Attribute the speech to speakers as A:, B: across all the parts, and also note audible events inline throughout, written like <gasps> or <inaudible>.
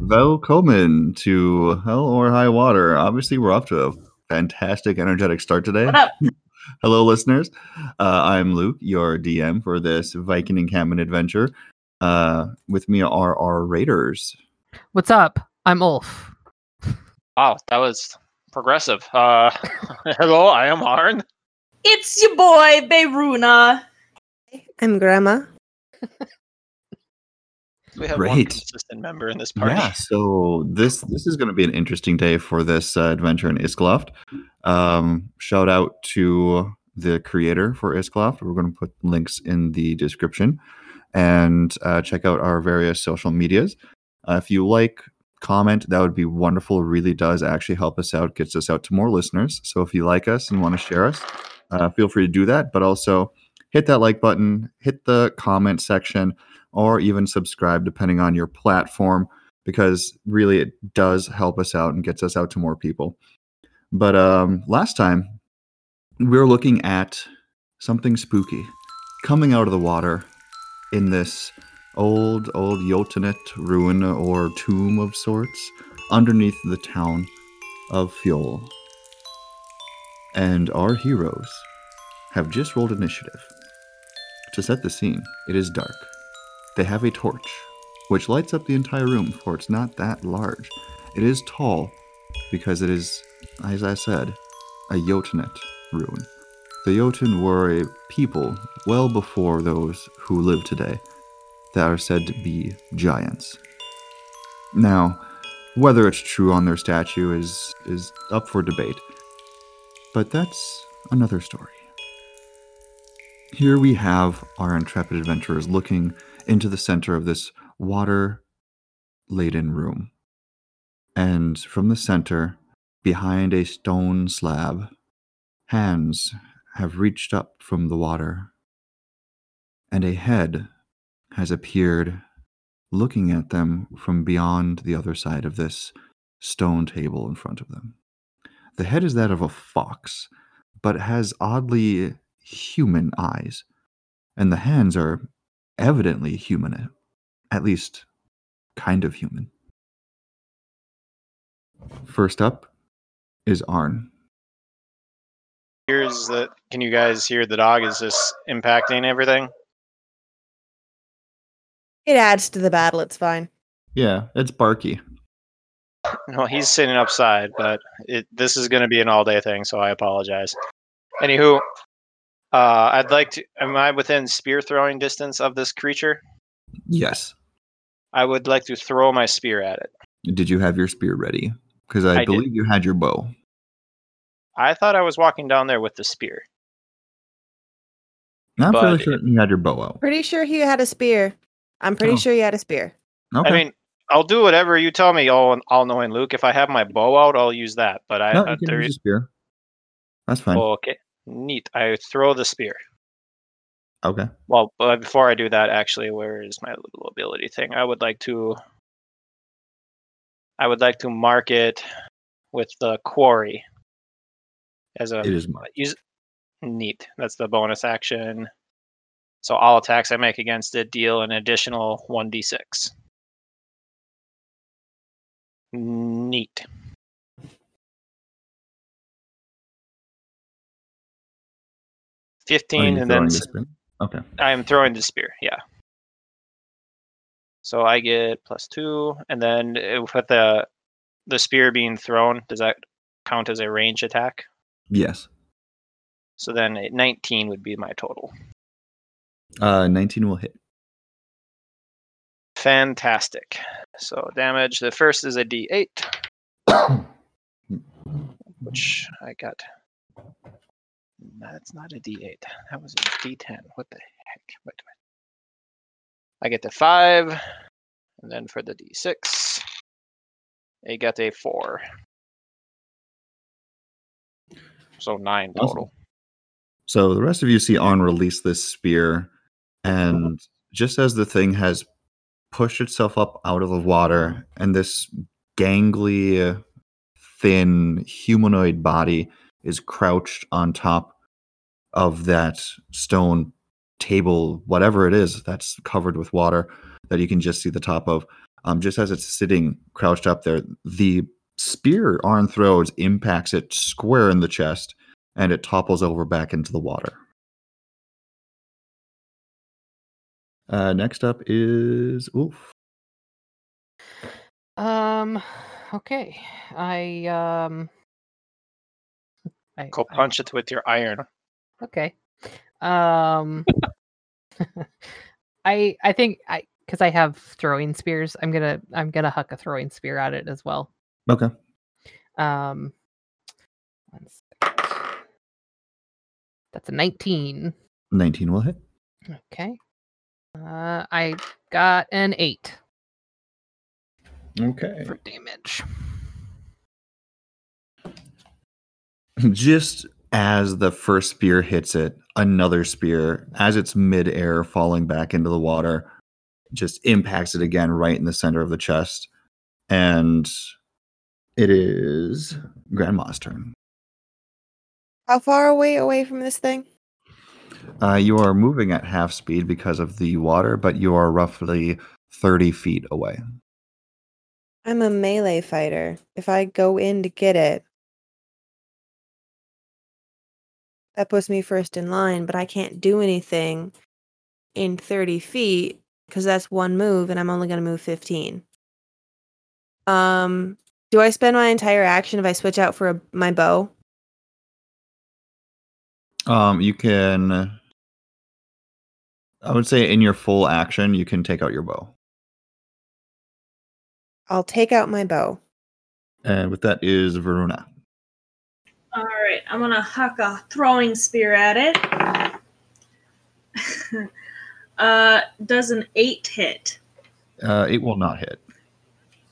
A: Welcome to Hell or High Water. Obviously, we're off to a fantastic, energetic start today.
B: What up?
A: <laughs> Hello, listeners. Uh, I'm Luke, your DM for this Viking encampment adventure. Uh, with me are our raiders.
C: What's up? I'm Ulf.
D: Wow, that was progressive. Uh, <laughs> hello, I am Arn.
B: It's your boy, Beiruna.
E: I'm Grandma.
D: We have one
A: Great.
D: consistent member in this party.
A: Yeah, so this this is going to be an interesting day for this uh, adventure in Iskloft. Um, shout out to the creator for Iskloft. We're going to put links in the description and uh, check out our various social medias. Uh, if you like, comment, that would be wonderful. It really does actually help us out, gets us out to more listeners. So if you like us and want to share us, uh, feel free to do that. But also hit that like button, hit the comment section or even subscribe depending on your platform because really it does help us out and gets us out to more people but um last time we were looking at something spooky coming out of the water in this old old jotun ruin or tomb of sorts underneath the town of Fjol. and our heroes have just rolled initiative to set the scene it is dark they have a torch, which lights up the entire room, for it's not that large. It is tall because it is, as I said, a Jotunite ruin. The Jotun were a people well before those who live today that are said to be giants. Now, whether it's true on their statue is, is up for debate, but that's another story. Here we have our intrepid adventurers looking into the center of this water laden room. And from the center, behind a stone slab, hands have reached up from the water, and a head has appeared looking at them from beyond the other side of this stone table in front of them. The head is that of a fox, but has oddly human eyes, and the hands are evidently human, at least kind of human. First up is Arn.
D: Here's the. Can you guys hear the dog? Is this impacting everything?
E: It adds to the battle. It's fine.
A: Yeah, it's Barky.
D: No, he's sitting upside, but it, this is going to be an all-day thing, so I apologize. Anywho, uh, I'd like to. Am I within spear throwing distance of this creature?
A: Yes.
D: I would like to throw my spear at it.
A: Did you have your spear ready? Because I,
D: I did.
A: believe you had your bow.
D: I thought I was walking down there with the spear.
A: Not
D: But-
A: fairly certain you had your bow out.
E: Pretty sure he had a spear. I'm pretty
A: Oh.
E: sure he had a spear.
A: Okay.
D: I mean, I'll do whatever you tell me, all all knowing Luke. If I have my bow out, I'll use that. But I
A: no,
D: uh,
A: you can
D: there
A: use a
D: is
A: spear. That's fine.
D: okay, neat. I throw the spear.
A: Okay.
D: Well, but before I do that, actually, where is my little ability thing? I would like to. I would like to mark it with the quarry as a
A: It is marked.
D: use. Neat. That's the bonus action. So all attacks I make against it deal an additional one d six. Neat.
A: Are you
D: Fifteen, and then
A: throwing the
D: s-
A: spear? Okay.
D: I am throwing the spear. Yeah. So I get plus two, and then uh, with the the spear being thrown, does that count as a range attack?
A: Yes.
D: So then a 19 would be my total.
A: Uh, 19 will hit.
D: Fantastic. So damage. The first is a D8, <coughs> which I got. No, That's not a D8. That was a D10. What the heck? Wait a minute. I get the five, and then for the D6, I got a four. So nine
A: Awesome.
D: total.
A: So the rest of you see On release this spear, and just as the thing has pushed itself up out of the water, and this gangly, thin humanoid body is crouched on top of that stone table, whatever it is that's covered with water that you can just see the top of. Um, just as it's sitting crouched up there, the spear Arn throws impacts it square in the chest, and it topples over back into the water. Uh, next up is oof.
C: Um. Okay. I um. I,
D: Go
C: I-
D: punch it with your iron.
C: okay. Um. <laughs> I I think I because I have throwing spears. I'm gonna I'm gonna huck a throwing spear at it as well.
A: Okay.
C: Um. One second. That's a 19.
A: 19 will hit.
C: Okay. Uh, I got an eight
A: Okay.
C: for damage.
A: <laughs> just as the first spear hits it, another spear, as it's midair falling back into the water, just impacts it again right in the center of the chest. And it is Grandma's turn.
E: How far away away from this thing?
A: Uh, you are moving at half speed because of the water, but you are roughly 30 feet away.
E: I'm a melee fighter. If I go in to get it, that puts me first in line, but I can't do anything in 30 feet because that's one move and I'm only going to move 15. Um, do I spend my entire action if I switch out for a, my bow?
A: Um, you can, I would say, in your full action, you can take out your bow.
E: I'll take out my bow.
A: And with that is Varuna.
B: All right, I'm gonna huck a throwing spear at it. <laughs> uh, does an eight hit?
A: Uh, it will not hit.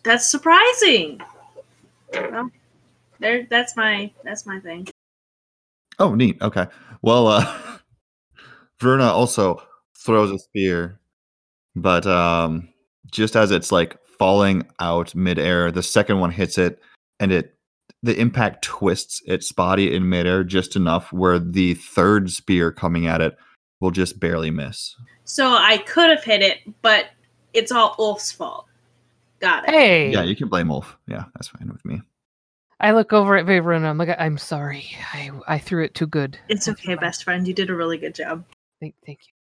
B: That's surprising. Well, there, that's my that's my thing.
A: Oh, neat. Okay. Well, uh, <laughs> Verna also throws a spear, but um, just as it's like falling out midair, the second one hits it, and it the impact twists its body in midair just enough where the third spear coming at it will just barely miss.
B: So I could have hit it, but it's all Ulf's fault. Got it.
C: Hey,
A: Yeah, you can blame Wolf. Yeah, that's fine with me.
C: I look over at Vaveruna. I'm like, I'm sorry. I, I threw it too good.
B: It's
C: That's
B: okay,
C: fine.
B: best friend. You did a really good job.
C: Thank, thank you.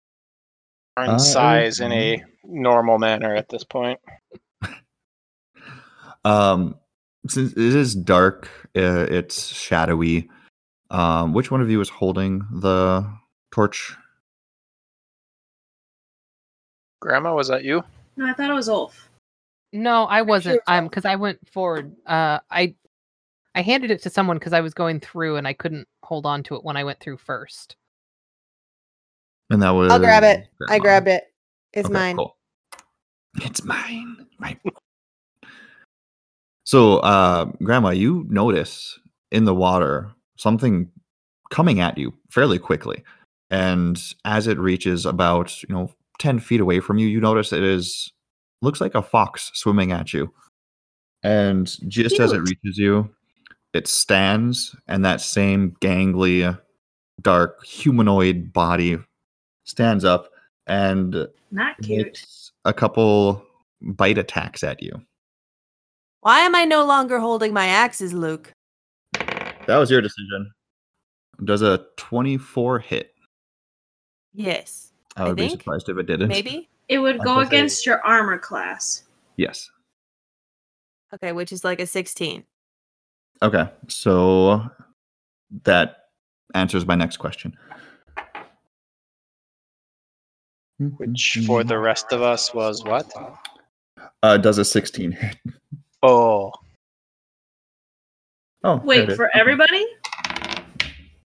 D: Iron
A: Uh,
D: size in a normal manner at this point.
A: Um, since it is dark, uh, it's shadowy. Um, which one of you is holding the torch?
D: Grandma, was that you?
B: No, I thought it was Ulf.
C: No, I wasn't.
E: it's
C: Um, because I went forward. Uh, I I handed it to someone because I was going through and I couldn't hold on to it when I went through first.
A: And that was
E: I'll grab it. I
A: grandma.
E: grabbed it. It's
A: Okay,
E: mine.
A: cool. It's mine. Mine. so, uh, Grandma, you notice in the water something coming at you fairly quickly, and as it reaches about you know ten feet away from you, you notice it is looks like a fox swimming at you, and just as it
B: Cute.
A: reaches you, it stands, and that same gangly, dark humanoid body stands up and
B: Not cute.
A: makes a couple bite attacks at you.
E: Why am I no longer holding my axes, Luke?
A: That was your decision. Does a 24 hit?
E: Yes.
A: I
E: I
A: would be
E: think.
A: surprised if it didn't.
B: It would
A: I was
B: go
A: gonna say-
B: against your armor class.
A: Yes.
E: Okay, which is like a 16.
A: Okay. So that answers my next question.
D: Which for the rest of us was what?
A: uh, does a 16 hit?
D: Oh,
A: Oh, there it
B: Wait
A: is.
B: for
A: Okay.
B: everybody?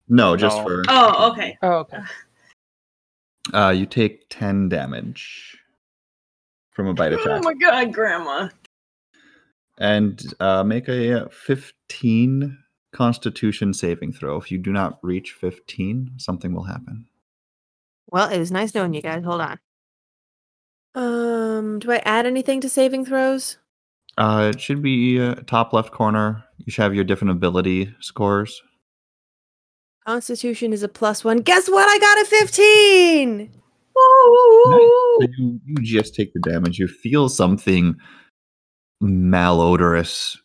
A: No, just
D: No.
A: for.
B: Oh, okay.
C: Oh, okay.
A: Uh, you take 10 damage from a bite
B: Oh
A: attack.
B: my god, Grandma.
A: and uh, make a 15 constitution saving throw. If you do not reach 15, something will happen.
E: Well, it was nice knowing you guys. Hold on. Um, do I add anything to saving throws?
A: Uh, it should be uh, top left corner. You should have your different ability scores.
E: Constitution is a plus one. Guess what? I got a 15.
A: Nice. So you, you just take the damage. You feel something malodorous,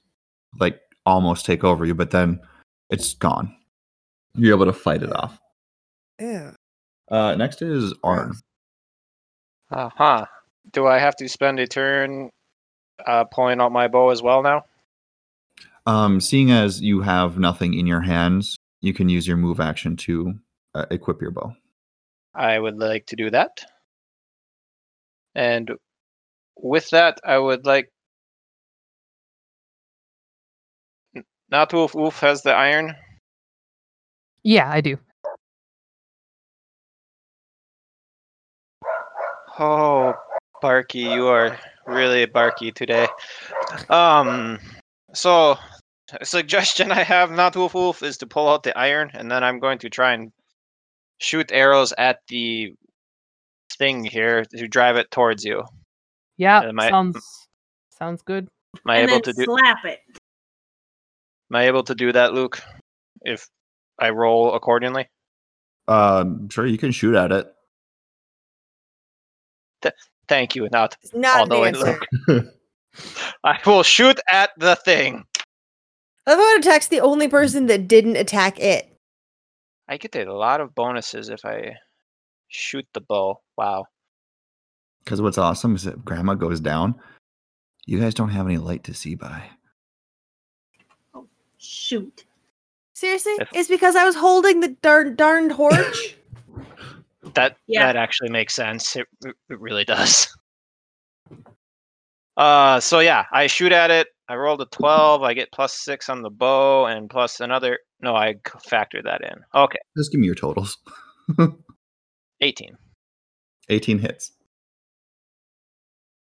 A: like almost take over you, but then it's gone. You're able to fight it off.
E: Yeah.
A: Uh, next is Arn.
D: Uh huh. Do I have to spend a turn uh, pulling out my bow as well now?
A: Um, seeing as you have nothing in your hands, you can use your move action to uh, equip your bow.
D: I would like to do that. And with that, I would like. N- Not Wolf. Wolf has the iron.
C: Yeah, I do.
D: Oh, Barky, you are really barky today. Um, so a suggestion I have, not Wolf Wolf, is to pull out the iron, and then I'm going to try and shoot arrows at the thing here to drive it towards you.
C: Yeah,
D: Am I-
C: sounds sounds good.
D: Am I
B: and
D: able
B: then
D: to do?
B: slap it.
D: Am I able to do that, Luke? If I roll accordingly.
A: Um, sure, you can shoot at it.
D: Thank you, not.
E: It's not
D: Although
E: an
D: it
E: answer.
D: <laughs> I will shoot at the thing.
E: I love how it attacks the only person that didn't attack it.
D: I get a lot of bonuses if I shoot the bow. Wow.
A: Because what's awesome is that Grandma goes down. You guys don't have any light to see by.
B: Shoot.
E: Seriously?
D: If-
E: It's because I was holding the darn darned torch.
D: That
B: Yeah.
D: that actually makes sense. It, r- it really <laughs> does. Uh, so yeah, I shoot at it. I rolled a twelve. I get plus six on the bow and plus another. No, I c- factor that in. Okay,
A: Just give me your totals. <laughs>
D: eighteen.
A: 18 hits.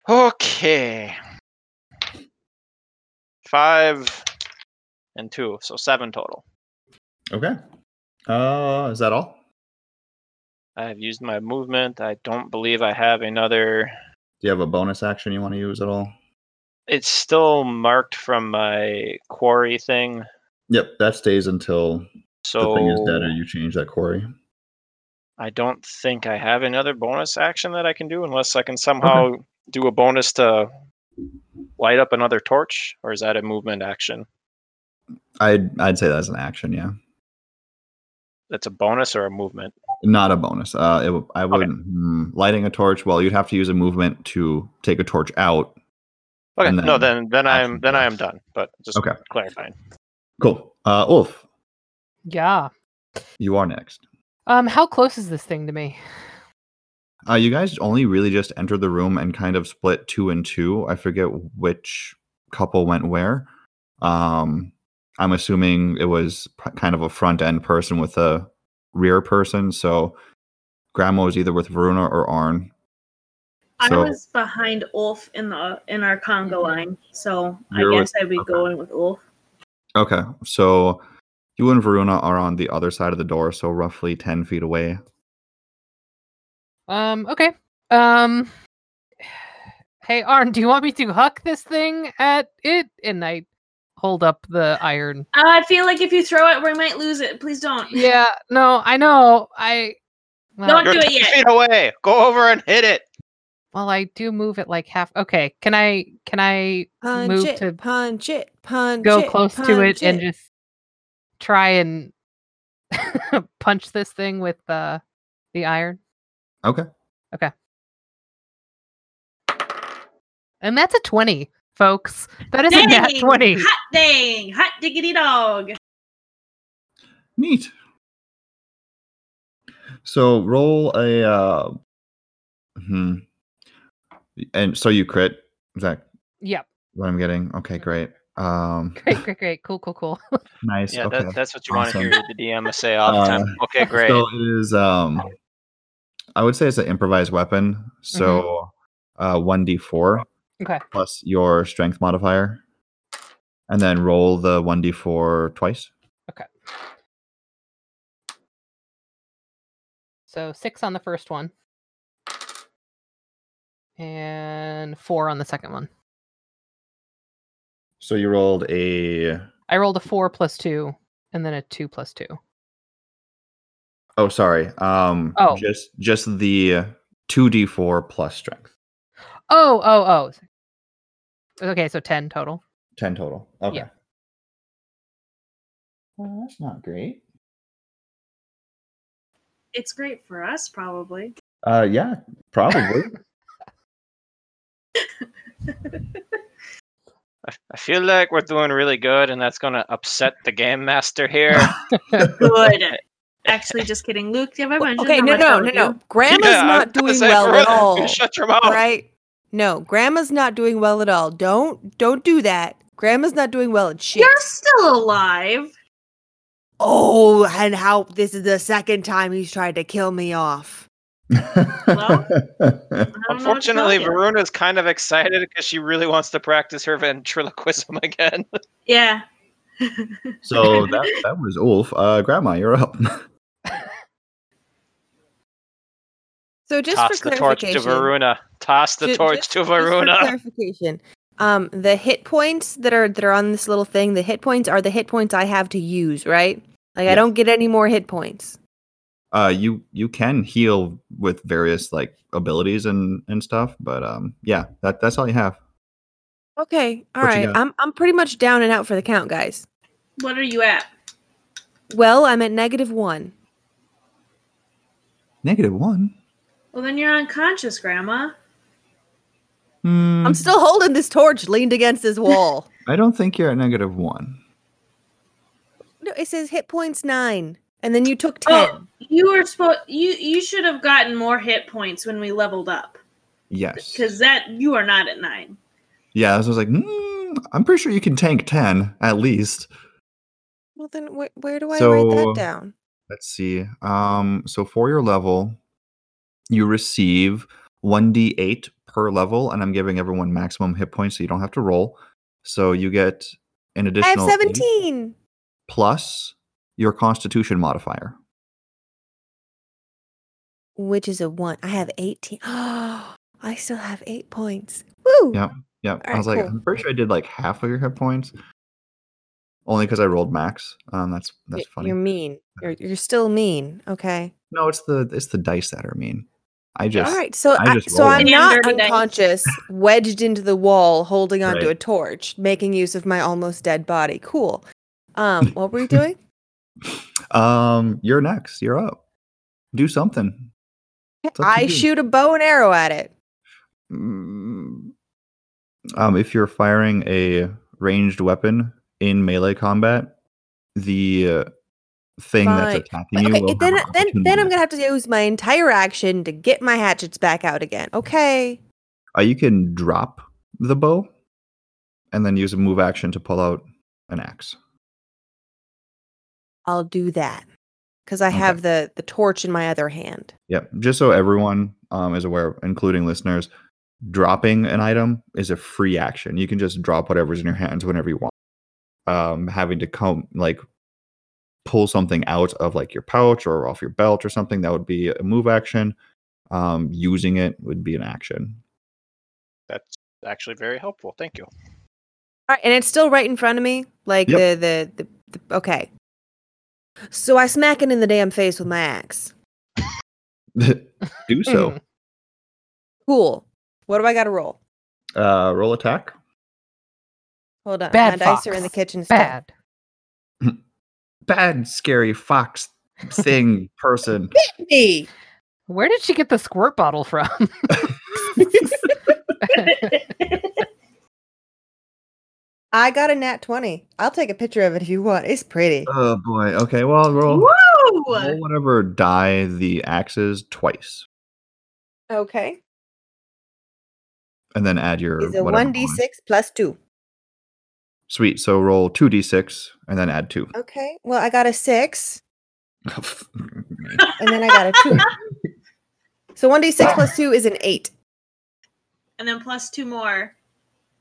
D: Okay, five and two, so seven total.
A: Okay. Uh, is that all?
D: I have used my movement. I don't believe I have another.
A: Do you have a bonus action you want to use at all?
D: It's still marked from my quarry thing.
A: Yep, that stays until
D: So
A: the thing is dead eh? or you change that quarry.
D: I don't think I have another bonus action that I can do unless I can somehow do a bonus to light up another torch, or is that a movement action?
A: I'd I'd say that's an action, yeah.
D: That's a bonus or a movement.
A: Not a bonus. Uh, it, w- I wouldn't hmm, lighting a torch. Well, you'd have to use a movement to take a torch out.
D: Okay,
A: And
D: no,
A: then
D: then then I'm
A: action
D: then I am
A: bonus.
D: done. But just
A: Okay.
D: clarifying.
A: Cool. Uh, Ulf,
C: Yeah.
A: you are next.
C: Um, how close is this thing to me?
A: Uh, you guys only really just entered the room and kind of split two and two. I forget which couple went where. Um, I'm assuming it was p- kind of a front end person with a rear person. So Grandma was either with Veruna or Arn.
B: I
A: So-
B: was behind Ulf in the in our conga line, so
A: You're
B: I
A: with-
B: guess I'd be
A: okay.
B: going with Ulf.
A: Okay, so you and Varuna are on the other side of the door, so roughly ten feet away.
C: Um, okay. Um, <sighs> hey Arn, do you want me to huck this thing at it? And I hold up the iron.
B: Uh, I feel like if you throw it, we might lose it. Please don't. <laughs>
C: Yeah. No, I know. I. Well,
B: Don't do it yet.
D: Feet away. Go over and hit it.
C: well, I do move it like half. Okay. Can I? Can I
E: <coughs> Punch
C: Move
E: it,
C: to
E: punch it, punch
C: go
E: it,
C: close to it
E: punch
C: and just try and <laughs> punch this thing with uh, the iron?
A: Okay.
C: Okay. And that's a 20, folks. That is a nat 20.
B: Hot dang! Hot diggity dog!
A: Neat. So roll a. Uh, hmm. And so you crit. Is that
C: Yep.
A: what I'm getting? Okay, great. Um,
C: Great, great, great. Cool, cool, cool.
A: nice.
D: Yeah,
A: okay.
D: that, that's what you
A: Awesome. Uh,
D: want to hear the DM say all the time. Okay,
A: <laughs>
D: great.
A: So it is. Um, I would say it's an improvised weapon. So,
D: Mm-hmm.
A: uh, one d four.
C: Okay.
A: Plus your strength modifier, and then roll the one d four twice.
C: So six on the first one. And four on the second one.
A: So you rolled a.
C: I rolled a four plus two and then a two plus two.
A: Oh, sorry. Um.
C: Oh.
A: Just just the two d four plus strength.
C: Oh, oh, oh. Okay, so ten total.
A: 10 total. Okay.
C: Yeah.
A: Well, that's not great.
B: It's great for us, probably.
A: Uh, yeah, probably. <laughs>
D: I, I feel like we're doing really good, and that's going to upset the game master here.
B: Good. Actually, just kidding. Luke, do you have a mention?
E: Okay,
B: how
E: no,
B: much I
E: no,
B: love
E: no,
B: you?
E: no. Grandma's
D: Yeah, I was
E: not
D: gonna
E: doing
D: say,
E: well
D: for
E: at
D: real, <laughs>
E: all.
D: Shut your mouth.
E: All right. No, grandma's not doing well at all. Don't don't do that. Grandma's not doing well at shit.
B: You're still alive.
E: Oh, and how this is the second time he's tried to kill me off.
B: I don't know what to tell
D: Unfortunately,
B: you.
D: Varuna's kind of excited because she really wants to practice her ventriloquism <laughs> again.
B: Yeah.
A: so that, that was Ulf. Uh, Grandma, you're up. <laughs>
E: So just
D: Toss
E: for
D: the torch to
E: clarification,
D: Varuna. Toss the
E: ju-
D: torch
E: just-
D: to
E: just for
D: Varuna.
E: clarification. Um, the hit points that are that are on this little thing, the hit points are the hit points I have to use, right? Like I
A: Yes.
E: don't get any more hit points.
A: Uh, you you can heal with various like abilities and and stuff, but um, yeah, that that's all you have.
E: Okay, all
A: What you
E: right.
A: got?
E: I'm I'm pretty much down and out for the count, guys.
B: What are you at?
E: Well, I'm at negative one.
A: Negative one.
B: Well, then you're unconscious, Grandma.
A: Hmm,
E: I'm still holding this torch leaned against
A: <laughs>
E: this wall.
A: I don't think you're at negative one.
E: no, it says hit points nine, and then you took ten.
B: Oh, you were supposed. You you should have gotten more hit points when we leveled up,
A: Yes.
B: because that you are not at <laughs> nine.
A: Yeah, I was, I was like, mm, I'm pretty sure you can tank ten at least.
E: Well, then wh- where do I write
A: So-
E: that down?
A: Let's see. Um, so for your level, you receive 1d8 per level, and I'm giving everyone maximum hit points so you don't have to roll. So you get an
E: I have
A: additional eight
E: seventeen.
A: plus your constitution modifier.
E: which is a one. I have 18. <gasps> I still have eight points. Woo!
A: Yeah. Yeah. I
E: right,
A: was like,
E: cool.
A: I'm pretty sure I did like half of your hit points. Only because I rolled max. Um, that's that's
E: Y-
A: funny.
E: You're mean. You're, you're still mean. Okay.
A: no, it's the it's the dice that are mean. I just
E: All right. So,
A: I
E: I
A: just
E: so
A: rolled.
E: I'm
B: Damn
E: not
B: dirty dice.
A: <laughs>
E: unconscious, wedged into the wall, holding onto
A: Right.
E: a torch, making use of my almost dead body. Cool. Um, what were we doing?
A: Um, you're next. You're up. Do something. It's up to
E: I
A: you.
E: shoot a bow and arrow at it.
A: Mm. Um, if you're firing a ranged weapon in melee combat, the uh, thing that's
E: Fine.
A: attacking
E: But
A: you.
E: okay,
A: will
E: it- then
A: have an
E: then then I'm
A: opportunity.
E: gonna have to use my entire action to get my hatchets back out again. Okay.
A: Uh, you can drop the bow, and then use a move action to pull out an axe.
E: I'll do that. Because I
A: Okay.
E: have the the torch in my other hand.
A: Yep. Just so everyone um, is aware, including listeners, dropping an item is a free action. You can just drop whatever's in your hands whenever you want. Um, having to come like pull something out of like your pouch or off your belt or something that would be a move action. Um, using it would be an action. <laughs>
D: That's actually very helpful. Thank you.
E: All right, and it's still right in front of me. Like
A: Yep.
E: the, the the the okay. So I smack it in the damn face with my axe.
A: Do so.
E: Cool. What do I got to roll?
A: Uh, roll attack.
E: Hold on.
C: Bad
E: my dice are in the
C: fox.
E: kitchen. still.
C: Bad.
A: Bad, scary fox thing person. <laughs>
E: Me.
C: Where did she get the squirt bottle from? <laughs>
E: I got a nat twenty. I'll take a picture of it if you want. It's pretty.
A: Oh boy. Okay. Well, roll. Roll
B: Woo!
A: whatever die the axes twice,
E: Okay.
A: and then add your.
E: Is a
A: whatever
E: one d
A: bonus.
E: six plus two.
A: Sweet. So roll two d six and then add two.
E: Okay. Well, I got a six, and then I got a two. so one d six plus two is an eight.
B: And then plus two more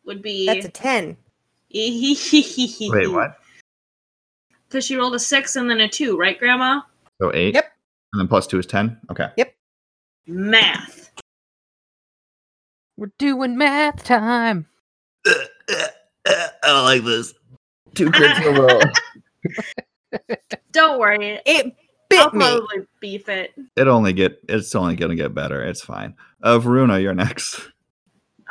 B: would be.
E: That's a ten.
A: <laughs>
B: <laughs>
A: Wait, what?
B: Because she rolled a six and then a two, right, Grandma?
A: So eight.
E: Yep.
A: And then plus two is ten. Okay.
B: Math.
C: We're doing math time.
A: <laughs> I don't like this. Two
B: crits in
A: a row. <laughs>
B: Don't worry.
E: It
B: I'll
E: bit me.
B: probably beef it.
A: It only get. It's only gonna get better. It's fine. Uh, Varuna, you're next.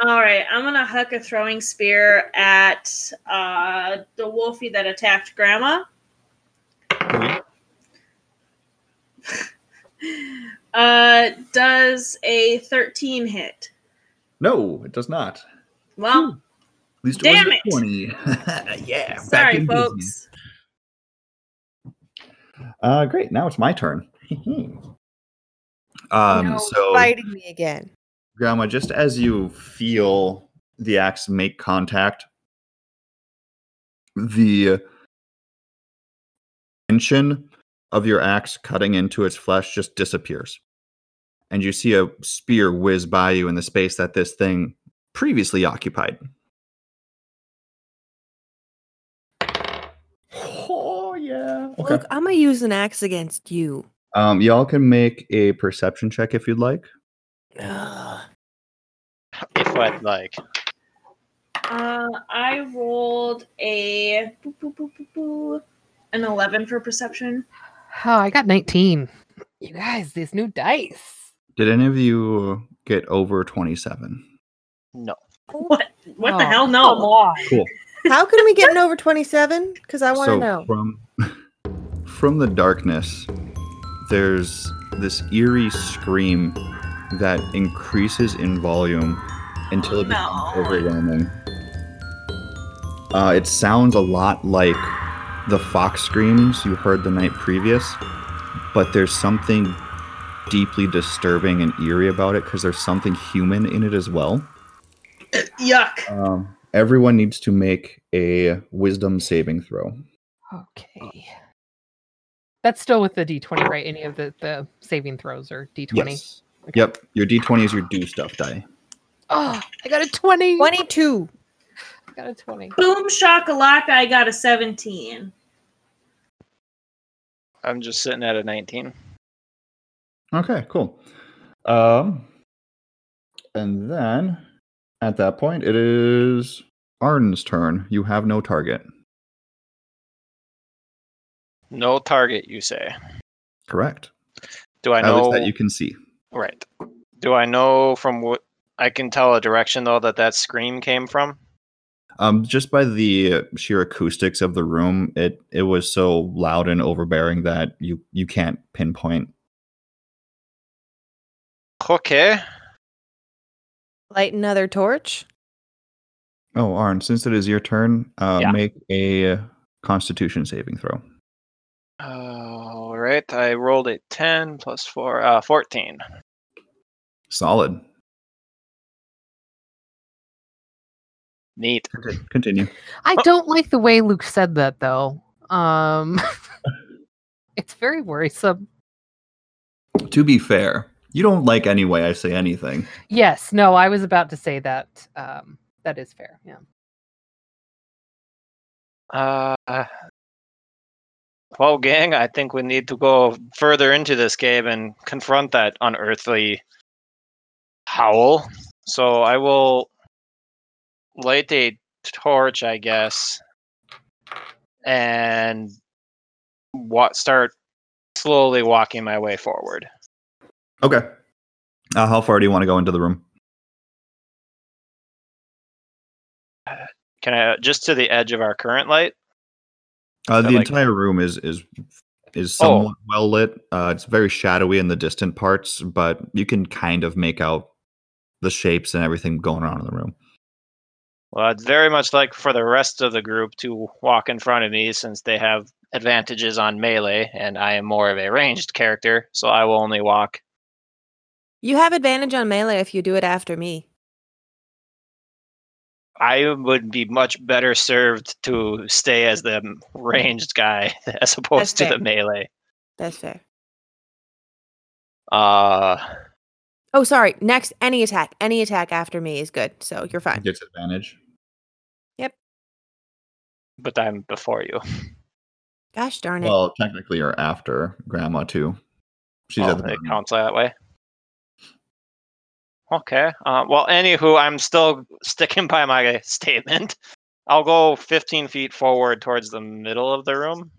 B: All right, I'm gonna huck a throwing spear at uh, the wolfie that attacked Grandma. <laughs> Uh, does a 13 hit?
A: <laughs> No, it does not.
B: Well,
A: At least
B: Damn
A: it
B: it.
A: was 20. <laughs> yeah. back
B: sorry,
A: in business.
B: folks.
A: Uh, great. Now it's my turn. <laughs> um,
E: No
A: so,
E: biting me again.
A: Grandma, just as you feel the axe make contact, the tension of your axe cutting into its flesh just disappears. And you see a spear whiz by you in the space that this thing previously occupied. Oh, yeah.
E: Look, I'm gonna use an axe against you.
A: Um, y'all can make a perception check if you'd like.
E: Ugh.
D: If I'd like.
B: Uh, I rolled a boop, boop, boop, boop, boop, an 11 for perception.
C: Oh, I got 19. You guys, these new dice.
A: Did any of you get over 27?
D: No.
B: What? What the
C: Oh,
B: hell?
C: Come
B: No.
C: on.
E: How can we get an over 27? Because I want to
A: so
E: know.
A: from from the darkness, there's this eerie scream that increases in volume until it becomes
B: No.
A: overwhelming. Uh, it sounds a lot like the fox screams you heard the night previous, but there's something deeply disturbing and eerie about it because there's something human in it as well.
B: Yuck.
A: Um, everyone needs to make a wisdom saving throw.
C: Okay. That's still with the d20, right? Any of the, the saving throws are d20.
A: Yes. Yep. Your D20 is your do stuff die.
C: Oh, I got a 20.
E: 22.
C: I got a 20.
B: Boom shakalaka, I got a 17.
D: I'm just sitting at a 19.
A: Okay, cool. Um, and then at that point, it is Arden's turn. You have no target.
D: No target, you say.
A: Correct.
D: Do I
A: At
D: know?
A: least that you can see.
D: Right. Do I know from what I can tell a direction though that that scream came from?
A: Um, just by the sheer acoustics of the room, it it was so loud and overbearing that you you can't pinpoint.
D: Okay.
E: Light another torch.
A: Oh, Arn, since it is your turn, uh,
D: Yeah.
A: make a Constitution saving throw.
D: All right. I rolled a 10 plus 4, uh, 14.
A: Solid.
D: Neat.
A: Conti- Continue.
C: I don't like the way Luke said that, though. Um, <laughs> It's very worrisome.
A: To be fair, you don't like any way I say anything.
C: Yes, no, I was about to say that. Um, that is fair. Yeah.
D: Uh, well, gang, I think we need to go further into this game and confront that unearthly howl. So I will light a torch, I guess, and wa- start slowly walking my way forward.
A: Okay. Uh, how far do you want to go into the room?
D: Can I just to the edge of our current light?
A: Uh,
D: I
A: the
D: like-
A: entire room is is is
D: Oh.
A: somewhat well lit. Uh, it's very shadowy in the distant parts, but you can kind of make out the shapes and everything going on in the room.
D: Well, I'd very much like for the rest of the group to walk in front of me since they have advantages on melee and I am more of a ranged character, so I will only walk.
E: You have advantage on melee if you do it after me.
D: I would be much better served to stay as the m- ranged guy <laughs> as opposed to
E: fair.
D: the melee.
E: That's fair.
D: Uh
E: Oh, sorry. Next, any attack. Any attack after me is good. So you're fine.
A: Gets advantage.
D: but I'm before you.
E: Gosh darn it.
A: Well, technically, you're after Grandma too. She's
D: Oh,
A: at the
D: it
A: bottom.
D: counts that way. Okay. Uh, well, anywho, I'm still sticking by my <laughs> statement. I'll go 15 feet forward towards the middle of the room.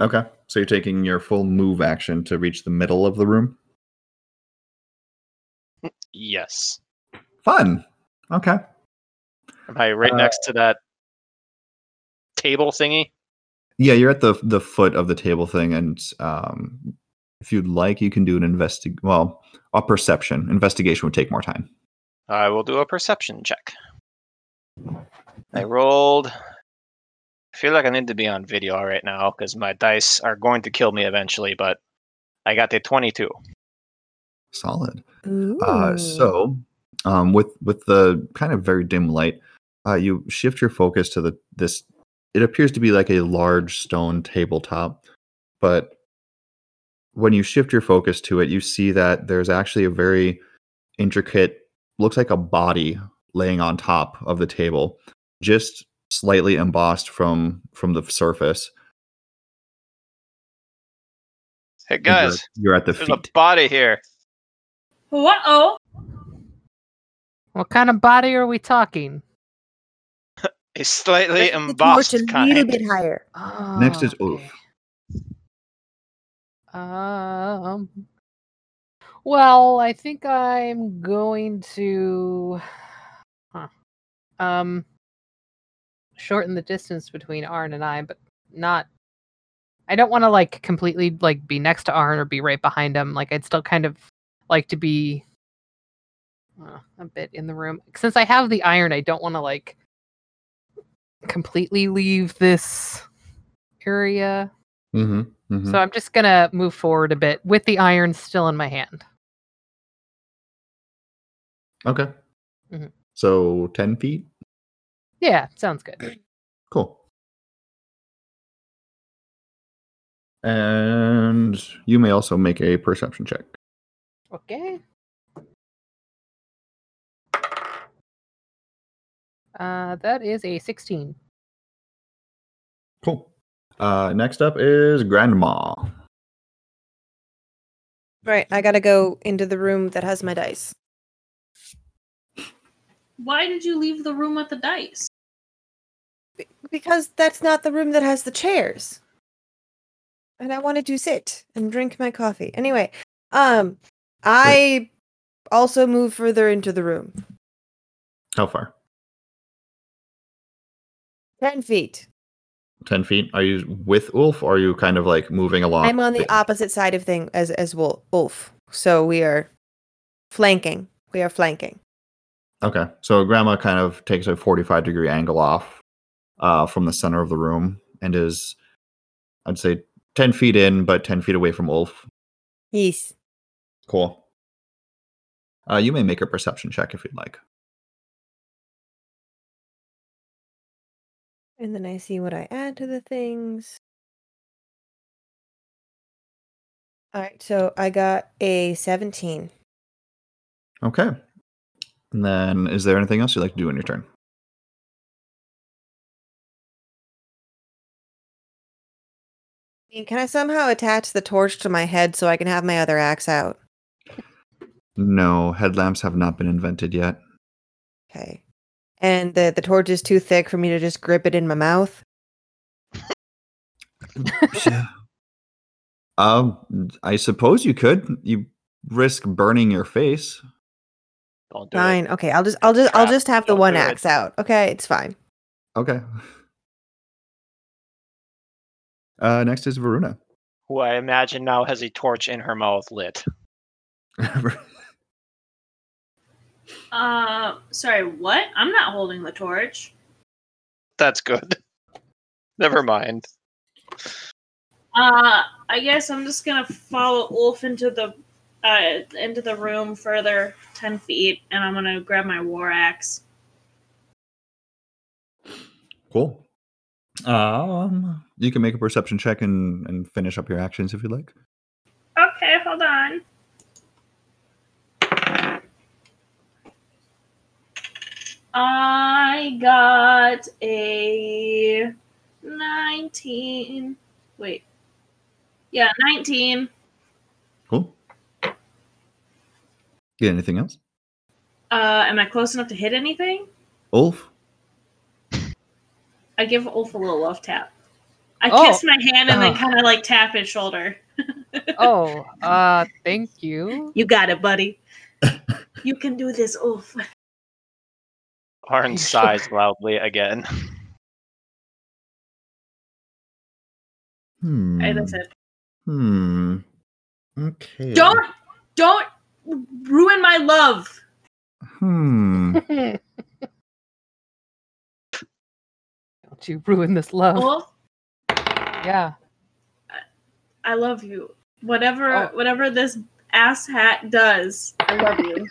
A: Okay, so you're taking your full move action to reach the middle of the room.
D: Yes.
A: Fun. Okay.
D: Am I right
A: Uh,
D: next to that table thingy?
A: Yeah, you're at the the foot of the table thing, and um, if you'd like, you can do an investig. Well, a perception investigation would take more time.
D: I will do a perception check. I rolled. I feel like I need to be on video right now because my dice are going to kill me eventually, but I got a 22.
A: Solid.
E: Ooh.
A: Uh, so, um, with with the kind of very dim light, uh, you shift your focus to the this. It appears to be like a large stone tabletop, but when you shift your focus to it, you see that there's actually a very intricate, looks like a body laying on top of the table, just slightly embossed from from the surface.
D: Hey
A: and you're-
D: guys,
A: you're at the
D: there's a
A: feet.
D: body here.
B: What? Oh,
C: What kind of body are we talking?
D: A slightly
E: Let's
D: embossed
E: torch a
D: kind.
E: little bit higher.
A: Next is
C: Ah,
A: Ulf.
C: okay. Um. Well, I think I'm going to, huh. um, shorten the distance between Arn and I, but not. I don't want to like completely like be next to Arn or be right behind him. Like I'd still kind of like to be uh, a bit in the room since I have the iron. I don't want to like completely leave this area.
A: Mm-hmm, mm-hmm.
C: So I'm just gonna move forward a bit with the iron still in my hand.
A: okay.
D: Mm-hmm.
C: Mhm.
A: So ten feet.
C: Yeah, sounds good.
A: Cool. And you may also make a perception check.
C: Okay. Uh, that is a
D: <laughs>
C: 16.
A: Cool. Uh, next up is Grandma.
E: Right, I gotta go into the room that has my dice.
B: Why did you leave the room with the dice?
E: Because that's not the room that has the chairs. And I wanted to sit and drink my coffee. Anyway, um I also move further into the room.
A: How far?
E: Ten feet.
A: Ten feet. Are you with Ulf? Or are you kind of like moving along?
E: I'm on the opposite side of thing as as Wol- Wolf. So we are flanking. We are flanking.
A: Okay. So Grandma kind of takes a 45 degree angle off uh, from the center of the room and is, I'd say, 10 feet in, but 10 feet away from Ulf.
E: Yes.
A: Cool. Uh, you may make a perception check if you'd like.
E: And then I see what I add to the things. All right, so I got a 17.
A: Okay. And then is there anything else you'd like to do in your turn?
E: Can I somehow attach the torch to my head so I can have my other axe out?
A: No, headlamps have not been invented yet.
E: Okay. And the, the torch is too thick for me to just grip it in my mouth.
A: um, I suppose you could. You risk burning your face.
D: Don't do
E: Fine.
D: it.
E: Okay, I'll just I'll just I'll
D: Trap.
E: just have the
D: Don't
E: one
D: do it.
E: axe out. Okay, it's fine.
A: Okay. Uh, next is Varuna.
D: Who I imagine now has a torch in her mouth lit.
B: Uh, sorry, what? I'm not holding the torch.
D: That's good. <laughs> Never mind.
B: Uh, I guess I'm just gonna follow Ulf into the uh into the room further ten feet, and I'm gonna grab my war axe.
A: cool. Um, you can make a perception check and, and finish up your actions if you'd like.
B: Okay, hold on. I got a 19. Wait. Yeah, 19.
A: Cool. Get anything else?
B: Uh, am I close enough to hit anything?
A: Ulf?
B: I give Ulf a little love tap. I
C: Oh.
B: kiss my hand and then
C: Ah.
B: kind of like tap his shoulder.
C: oh, uh, thank you.
B: <laughs>
D: <laughs>
B: You got it, buddy. you can do this, Ulf.
D: Arn sighs loudly again.
A: Hmm.
B: Hey, that's it.
A: Hmm. Okay.
B: Don't don't ruin my love.
A: Hmm.
C: Don't you ruin this love?
B: Wolf,
C: Yeah.
B: I love you. Whatever
C: Oh.
B: whatever this ass hat does, I love you.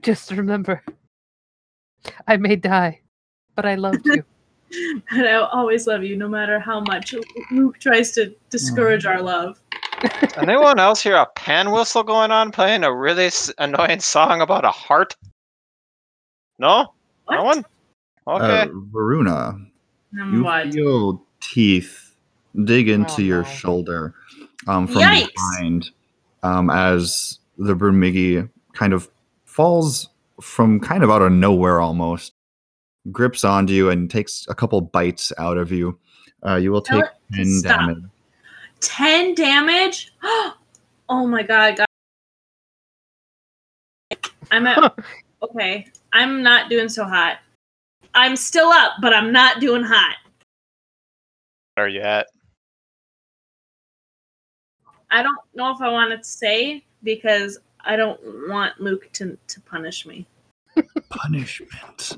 B: <laughs>
C: Just remember, I may die, but I
D: <laughs>
C: loved you.
B: and I will always love you, no matter how much Luke tries to discourage our love.
D: Anyone else hear a pan whistle going on playing a really s- annoying song about a heart? No?
B: What?
D: No one? Okay.
A: Uh, Varuna,
B: Number
A: you
B: one.
A: feel teeth dig into
C: Oh,
A: your
C: no.
A: shoulder um, from
B: Yikes.
A: behind um, as the Brumigi kind of falls from kind of out of nowhere almost, grips onto you and takes a couple bites out of you. Uh, you will
B: You know
A: take 10
B: Stop.
A: damage.
B: Ten damage. <gasps> oh my god, god. I'm at okay. I'm not doing so hot. I'm still up, but I'm not doing hot.
D: Where are you at?
B: I don't know if I want to say because I don't want Luke to to punish me.
A: Punishment.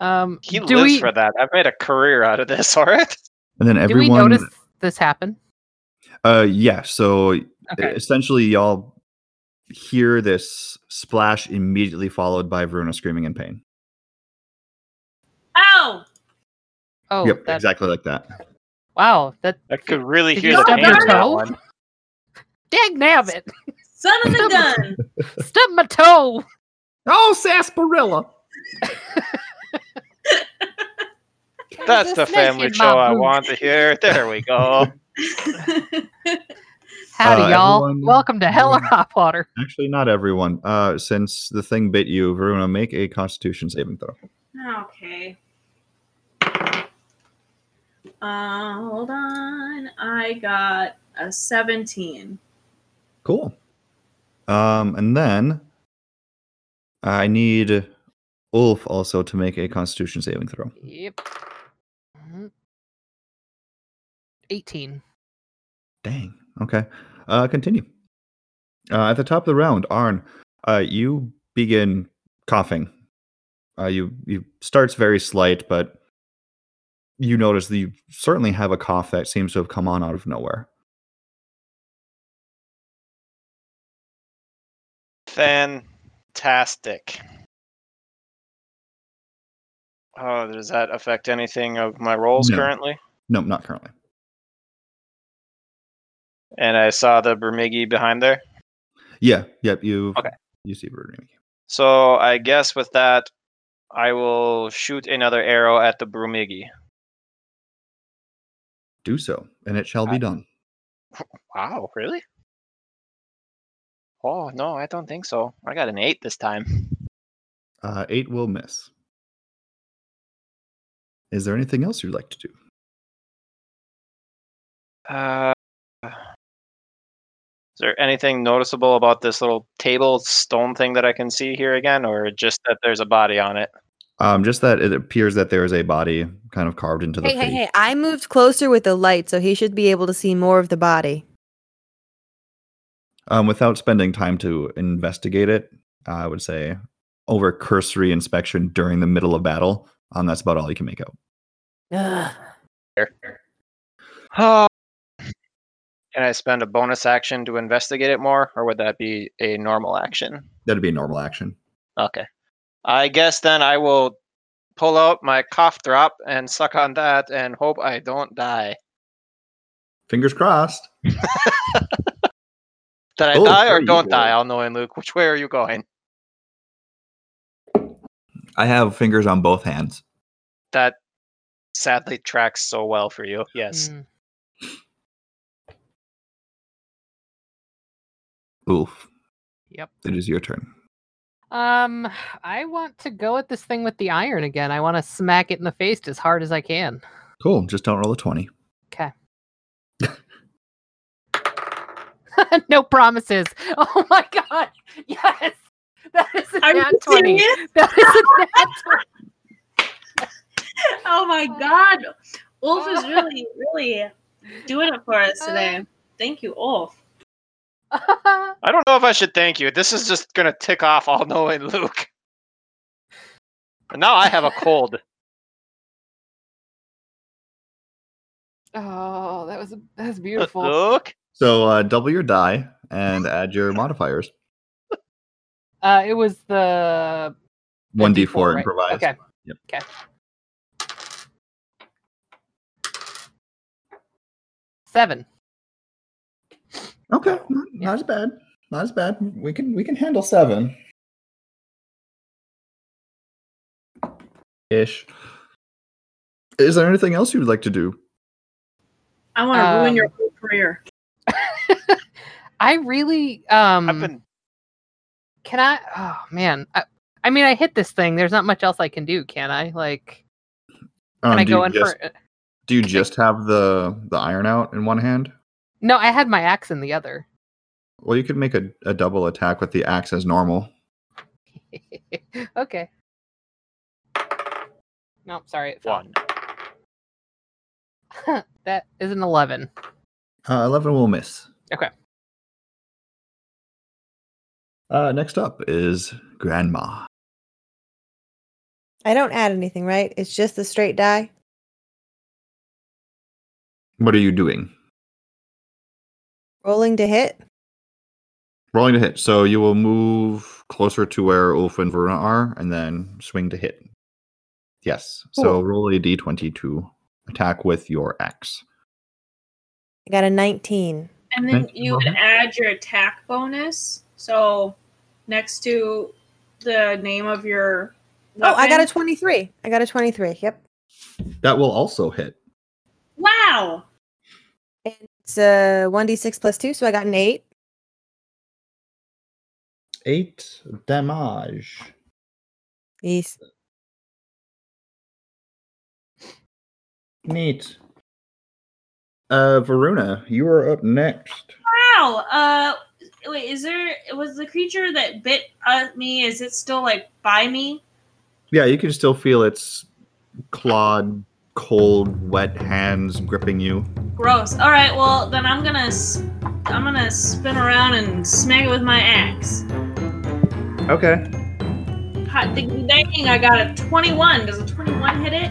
C: Um,
D: He
C: do
D: lives
C: we,
D: for that. I've made a career out of this, <laughs> alright?
A: And then
C: Do we
A: everyone.
C: notice this happen?
A: Uh, yeah. So
C: Okay.
A: essentially, y'all hear this splash immediately followed by Verona screaming in pain.
B: Ow!
C: Oh,
A: yep,
C: that,
A: exactly like that.
C: Wow, that
D: I could really
C: Did
D: hear
C: you
D: the
B: stub
D: pain
B: your
D: in that
C: toe?
D: one.
C: dang nabbit it!
B: Son of a gun! <laughs>
C: Stub my toe.
A: Oh, sarsaparilla!
D: That's
C: a
D: the
C: snake
D: family
C: in
D: show
C: my
D: I
C: boot.
D: want to hear. There we
A: <laughs>
D: go.
C: Howdy,
A: Uh,
C: y'all!
A: everyone-
C: Welcome to Hell or
A: everyone-
C: Hot Water.
A: Actually, not everyone. Uh, since the thing bit you, Verona, make a Constitution saving throw.
B: okay. Uh, hold on. I got a seventeen.
A: Cool. Um, and then I need Ulf also to make a Constitution saving throw.
C: Yep. Mhm. Eighteen.
A: Dang. Okay. Uh, continue. Uh, at the top of the round, Arn, uh, you begin coughing. Uh, you you starts very slight, but you notice that you certainly have a cough that seems to have come on out of nowhere.
D: Fantastic. Oh, does that affect anything of my roles
A: No.
D: currently?
A: No, not currently.
D: And I saw the Bermigi behind there.
A: Yeah. Yep. You.
D: Okay.
A: You see Brunimi.
D: So I guess with that, I will shoot another arrow at the Brumigi.
A: Do so, and it shall
D: I-
A: be done.
D: Wow, really? Oh no, I don't think so. I got an eight this time.
A: Uh, eight will miss. Is there anything else you'd like to do?
D: Uh, is there anything noticeable about this little table stone thing that I can see here again, or just that there's a body on <sighs> it?
A: Um, just that it appears that there is a body kind of carved into the
E: Hey,
A: face.
E: hey, hey. I moved closer with the light, so he should be able to see more of the body.
A: um, without spending time to investigate it. I would say over cursory inspection during the middle of battle. Um, that's about all you can make out.
E: Ugh.
D: Oh. Can I spend a bonus action to investigate it more, or would that be a normal action?
A: That'd be a normal action.
D: Okay. I guess then I will pull out my cough drop and suck on that and hope I don't die.
A: Fingers crossed.
D: Did I
A: Oh,
D: die
A: there
D: or
A: you
D: don't
A: go.
D: die? I'll know in Luke. Which way are you going?
A: I have fingers on both hands.
D: That sadly tracks so well for you. Yes.
C: Mm.
A: Oof.
C: Yep.
A: It is your turn.
C: Um, I want to go at this thing with the iron again. I want to smack it in the face as hard as I can. <laughs>
A: Cool. Just don't roll a 20.
C: Okay. no promises. Oh my god. Yes. That is a
B: Are
C: nat
B: you
C: 20.
B: serious?
C: That is a nat
B: Oh my god. Ulf is really, really doing it for us today. Thank you, Ulf.
D: I don't know if I should thank you. This is just gonna tick off all knowing Luke. And now I have a cold.
C: <laughs> oh, that was that's <laughs> beautiful.
D: Luke,
A: So uh, double your die and add your modifiers.
C: Uh, it was the the
A: One d four
C: D4, right?
A: improvised.
C: Okay.
A: Yep.
C: Okay. Seven.
A: Okay, not,
C: Yeah.
A: not as bad. Not as bad. We can we can handle seven. Ish. Is there anything else you'd like to do?
B: I want to ruin
C: Um,
B: your whole career.
C: I really um
D: I've been
C: can I oh man. I, I mean I hit this thing. There's not much else I can do, can I? Like
A: Um,
C: can I
A: do you
C: go in
A: just,
C: for
A: Do you just have the the iron out in one hand?
C: No, I had my axe in the other. <laughs>
A: Well, you could make a, a double attack with the axe as normal.
C: okay. No, sorry. It fell.
D: one.
C: That is an 11.
A: Uh, Eleven will miss.
C: Okay.
A: Uh, next up is Grandma.
E: I don't add anything, right? It's just the straight die.
A: What are you doing?
E: Rolling to hit.
A: Rolling to hit. So you will move closer to where Ulf and Verna are and then swing to hit. Yes. So
E: Cool.
A: roll a d20 to attack with your axe.
E: I got a 19.
B: And then
A: Thank you,
B: you would
A: Mama.
B: add your attack bonus. So next to the name of your.
E: Oh, I got a
B: weapon.
E: 23. I got a 23. Yep.
A: That will also hit.
B: Wow.
E: It's uh, a 1d6 plus 2, so I got an 8.
A: Eight damage.
E: Yes.
A: Neat. Uh, Varuna, you are up next.
B: Wow. Uh, wait. Is there? Was the creature that bit at me? Is it still like by me?
A: Yeah, you can still feel its clawed, cold, wet hands gripping you.
B: Gross. All right. Well, then I'm gonna. s- I'm gonna spin around and smack it with my axe.
A: Okay.
B: Hot diggity dang! I got a 21. Does a 21 hit it?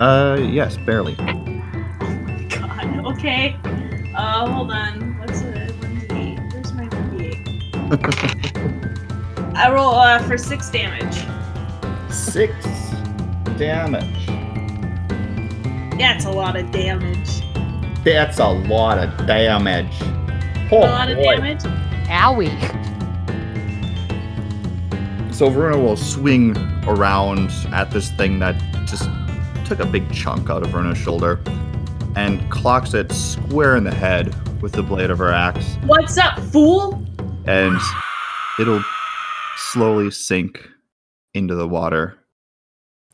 A: Uh, yes, barely.
B: God. Okay. Uh, hold on. What's a 1d8? Where's my 1d8? I roll uh, for six damage.
A: Six damage.
B: That's a lot of damage.
A: That's a lot of damage.
B: a
A: Oh,
B: lot of
A: boy.
B: damage.
C: Owie.
A: So Veruna will swing around at this thing that just took a big chunk out of Veruna's shoulder and clocks it square in the head with the blade of her axe.
B: What's up, fool?
A: And it'll slowly sink into the water.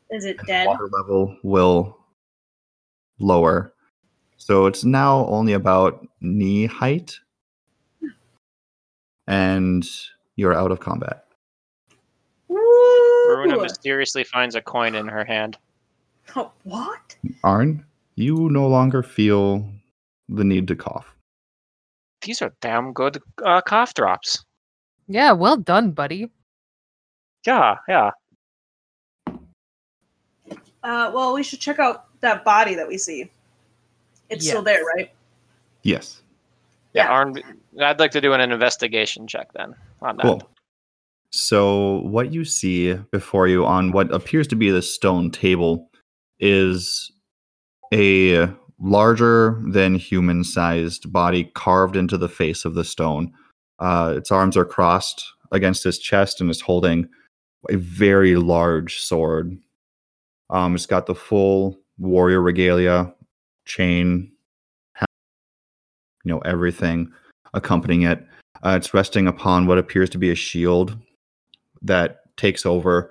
B: Is it dead?
A: Water level will lower. So it's now only about knee height. And you're out of combat.
D: Verona
B: Woo!
D: mysteriously finds a coin in her hand.
B: Oh, what?
A: Arn, you no longer feel the need to cough.
D: These are damn good uh, cough drops.
C: Yeah, well done, buddy. <coughs>
D: Yeah, yeah.
B: Uh, well, we should check out that body that we see. It's still there, right?
A: Yes.
B: Yeah.
D: Arn, I'd like to do an investigation check then on that.
A: Cool. So, what you see before you on what appears to be the stone table is a larger than human sized body carved into the face of the stone. Uh, its arms are crossed against his chest and is holding a very large sword. Um, it's got the full warrior regalia, chain, ha- you know, everything accompanying it. Uh, it's resting upon what appears to be a shield that takes over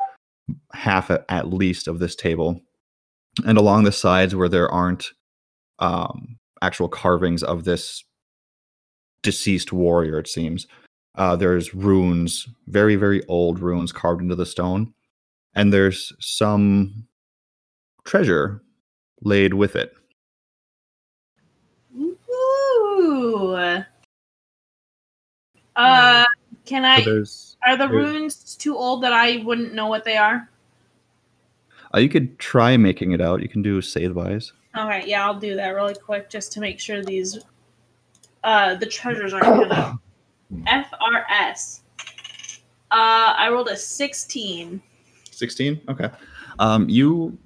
A: half a- at least of this table. And along the sides where there aren't um, actual carvings of this deceased warrior, it seems, uh, there's runes, very, very old runes carved into the stone. And there's some treasure laid with it.
B: Ooh. Uh, can
A: So
B: I?
A: there's,
B: Are the
A: there-
B: runes too old that I wouldn't know what they are?
A: uh, you could try making it out. You can do save buys.
B: All right, yeah, I'll do that really quick just to make sure these, uh, the treasures aren't gonna. FRS. Uh, I rolled a sixteen.
A: 16 okay um you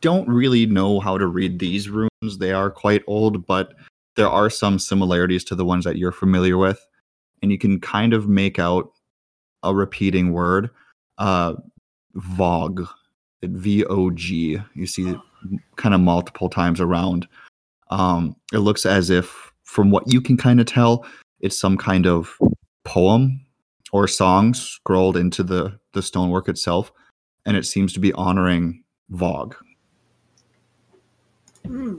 A: don't really know how to read these runes they are quite old but there are some similarities to the ones that you're familiar with and you can kind of make out a repeating word uh vog v-o-g you see kind of multiple times around um it looks as if from what you can kind of tell it's some kind of poem or song scrolled into the the stonework itself, and it seems to be honoring Vogue.
B: Hmm.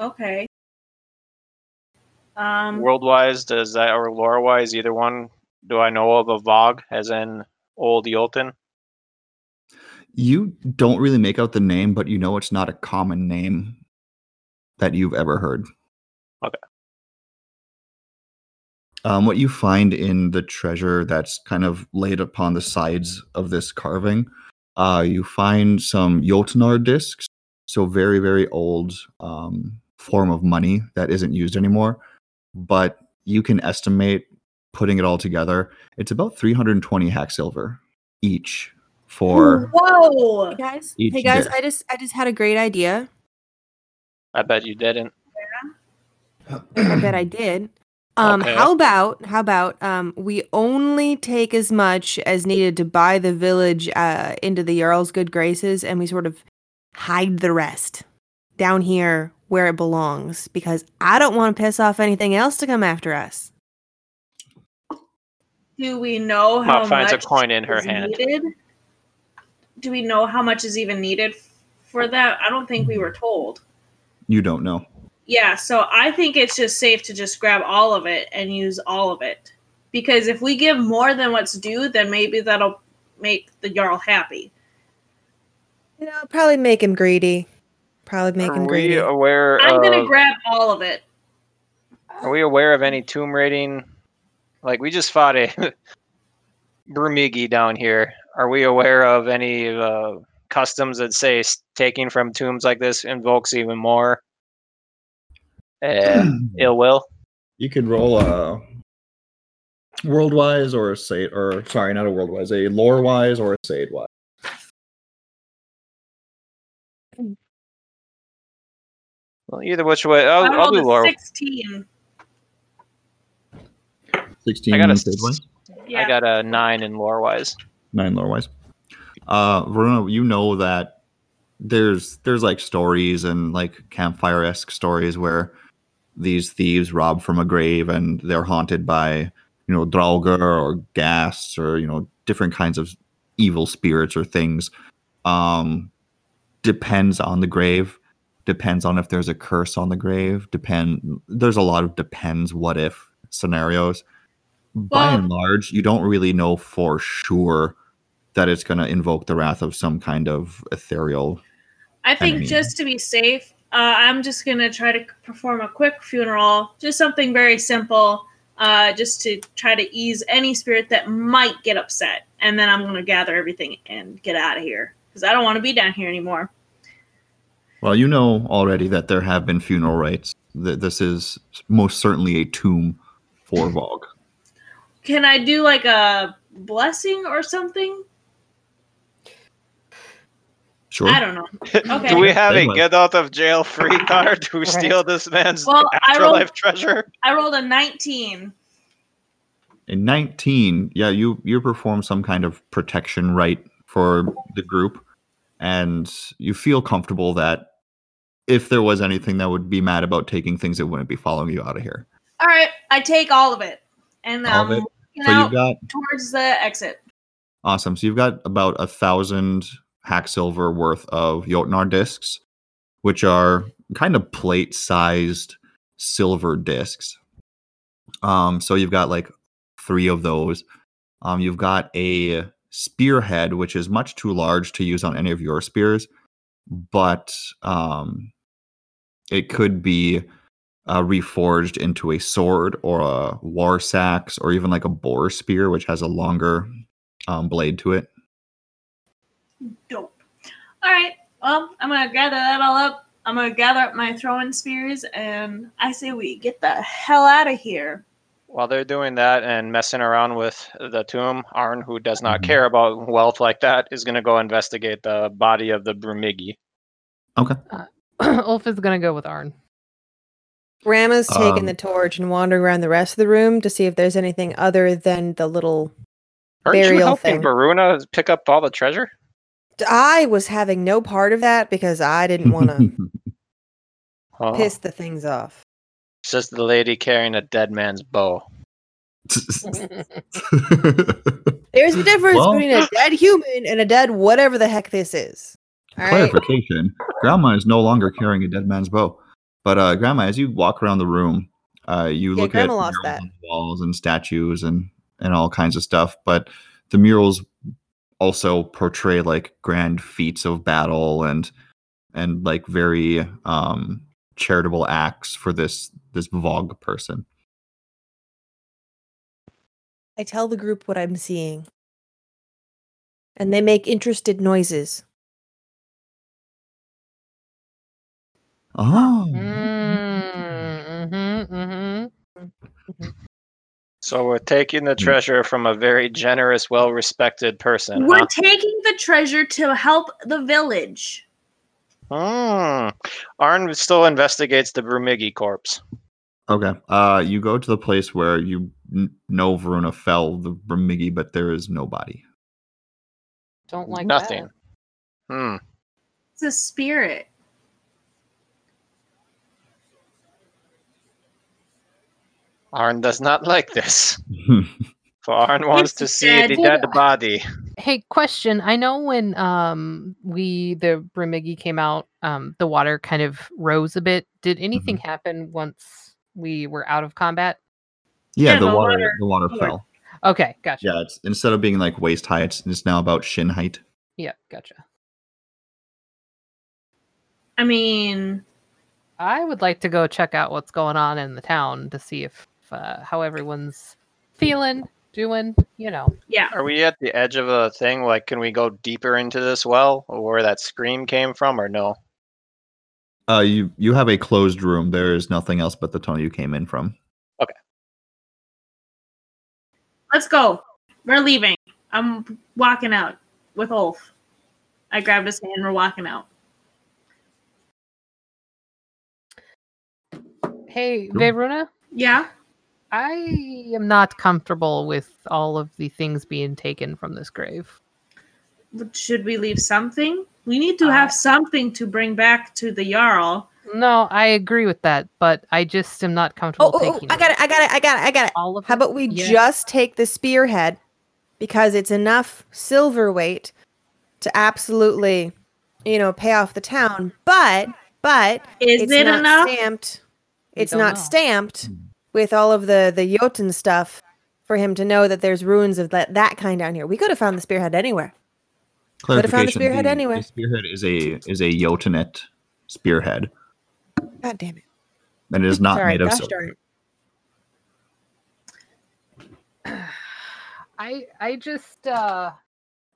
B: Okay. Um.
D: World wise, does that or lore wise, either one? Do I know of a Vogue, as in old Yolton?
A: You don't really make out the name, but you know it's not a common name that you've ever heard.
D: Okay.
A: Um, what you find in the treasure that's kind of laid upon the sides of this carving, uh, you find some Jotnar discs, so very, very old um, form of money that isn't used anymore. But you can estimate putting it all together, it's about 320 hack silver each
E: Hmm.
A: for.
B: Whoa!
E: Hey guys,
A: Each
E: hey guys,
A: day.
E: I just I just had a great idea.
D: I bet you didn't.
E: I bet I did. Um,
D: Okay.
E: how about how about um, we only take as much as needed to buy the village uh, into the Jarl's good graces, and we sort of hide the rest down here where it belongs, because I don't want to piss off anything else to come after us.
B: Do we know how
D: Ma finds a
B: much
D: coin in her
B: is
D: hand.
B: needed? Do we know how much is even needed f- for that? I don't think we were told.
A: <clears throat> You don't know.
B: Yeah, so I think it's just safe to just grab all of it and use all of it. Because if we give more than what's due, then maybe that'll make the Jarl happy.
E: You know, probably make him greedy. Probably make
D: Are
E: him
D: we
E: greedy.
D: aware
B: I'm going to
D: of?
B: grab all of it.
D: Are we aware of any tomb raiding? Like we just fought a <laughs> Brumigi down here. Are we aware of any uh, customs that say s- taking from tombs like this invokes even more
A: <clears throat>
E: <clears throat>
D: uh, ill will?
A: You could roll a worldwise or a sate, or sorry, not a worldwise, a lore wise or a sate wise.
D: Well, either which way,
B: I
D: I'll, I'll
B: rolled
D: do
B: a
D: lore.
B: 16.
A: Sixteen.
D: I got a
A: sate wise,
B: Yeah.
D: I got a nine in lore wise.
A: nine lore wise. Uh, Verona, you know that there's there's like stories and like campfire esque stories where these thieves rob from a grave and they're haunted by you know draugr or ghasts or you know different kinds of evil spirits or things um depends on the grave depends on if there's a curse on the grave depend there's a lot of depends what if scenarios by
B: Well-
A: and large you don't really know for sure that it's going to invoke the wrath of some kind of ethereal
B: I think
A: mean-
B: just to be safe, uh, I'm just going to try to perform a quick funeral, just something very simple, uh, just to try to ease any spirit that might get upset. And then I'm going to gather everything and get out of here because I don't want to be down here anymore.
A: Well, you know already that there have been funeral rites. Th- This is most certainly a tomb
B: Hmm.
A: for Vogue.
B: Can I do like a blessing or something?
A: Sure.
B: I don't know. Okay.
D: Do we have a
A: Same way.
D: get out of jail
B: <laughs>
D: free card to steal this man's
B: Well, I rolled-
D: afterlife treasure?
B: I rolled a 19.
A: In 19, yeah, you you perform some kind of protection rite for the group, and you feel comfortable that if there was anything that would be mad about taking things, it wouldn't be following you out of here.
B: All right. I take all of it. And
A: All
B: I'm
A: of it?
B: walking
A: So
B: out
A: you've got
B: towards the exit.
A: Awesome. So you've got about a thousand hack silver worth of Jotnar discs, which are kind of plate sized silver discs. Um, so you've got like three of those. Um, you've got a spearhead, which is much too large to use on any of your spears, but um, it could be uh, reforged into a sword or a war sax or even like a boar spear, which has a longer um, blade to it.
B: Dope. All right. Well, I'm gonna gather that all up. I'm gonna gather up my throwing spears, and I say we get the hell out of here.
D: While they're doing that and messing around with the tomb, Arn, who does not
A: Mhm.
D: care about wealth like that, is going to go investigate the body of the Brumigi.
C: Ulf is gonna go with Arn.
E: Rama's taking
A: Um,
E: the torch and wandering around the rest of the room to see if there's anything other than the little.
D: Aren't you
E: Burial
D: helping
E: thing.
D: Baruna pick up all the treasure?
E: I was having no part of that because I didn't
A: <laughs>
E: want to
D: Oh,
E: piss the things off.
D: It's just the lady carrying a dead man's bow.
E: There's a difference
A: Well-
E: between a dead human and a dead whatever the heck this is. All right.
A: Clarification: Grandma is no longer carrying a dead man's bow, but uh, Grandma, as you walk around the room, uh, you
E: Yeah,
A: look at
E: Grandma lost
A: murals
E: that.
A: on the walls and statues and and all kinds of stuff. But the murals also portray like grand feats of battle and and like very um, charitable acts for this this Vogue person.
E: I tell the group what I'm seeing. And they make interested noises.
A: Oh,
E: Mm.
C: Mm-hmm, mm-hmm.
D: So we're taking the
A: Hmm.
D: treasure from a very generous, well respected person.
B: We're
D: huh?
B: taking the treasure to help the village.
D: Hmm. Arn still investigates the Brumigi corpse.
A: Okay. Uh, you go to the place where you n- know Verona fell, the Remigi, but there is no body. <laughs>
C: Don't like
D: Nothing.
C: That.
D: Hmm.
B: It's a spirit.
D: Arn does not <laughs> like this. So Arn wants to
B: It's
D: see
B: dead.
D: the dead body.
C: Hey, question. I know when um we the Brimigi came out, um the water kind of rose a bit. Did anything
A: Mm-hmm.
C: happen once we were out of combat?
A: yeah,
B: Yeah,
A: the
B: the
A: water,
B: water-
A: the water
B: water.
A: fell.
C: Okay, gotcha.
A: Yeah, it's instead of being like waist high, it's, it's now about shin height.
C: Yeah, gotcha.
B: I mean,
C: I would like to go check out what's going on in the town to see if uh, how everyone's feeling, doing, you know.
B: yeah.
D: Are we at the edge of a thing? Like, can we go deeper into this well or where that scream came from, or no?
A: Uh, you you have a closed room. There is nothing else but the tunnel you came in from.
B: Let's go. We're leaving. I'm walking out with Ulf. I grabbed his hand. We're walking out.
C: Hey,
A: Cool.
C: Veruna,
B: Yeah.
C: I am not comfortable with all of the things being taken from this grave.
B: Should we leave something? We need to
C: Uh,
B: have something to bring back to the Jarl.
C: No, I agree with that, but I just am not
E: Oh,
C: comfortable
E: oh, oh,
C: taking
E: I got it. I got it. I got it. I got it.
C: all of
E: How
C: it.
E: about we
C: Yeah.
E: just take the spearhead because it's enough silver weight to absolutely, you know, pay off the town. But but
B: Is
E: it's
B: it
E: not
B: enough?
E: stamped.
C: We
E: It's
C: don't
E: not
C: know.
E: stamped
A: Hmm.
E: with all of the the Jotun stuff for him to know that there's ruins of that that kind down here. We could have found the spearhead anywhere. Could have found the spearhead anywhere.
A: The spearhead is a is a Jotunet spearhead,
E: God damn it!
A: and
E: <laughs>
A: it is not
E: Sorry,
A: made of
E: gosh
A: silver.
E: darn it.
C: I I just uh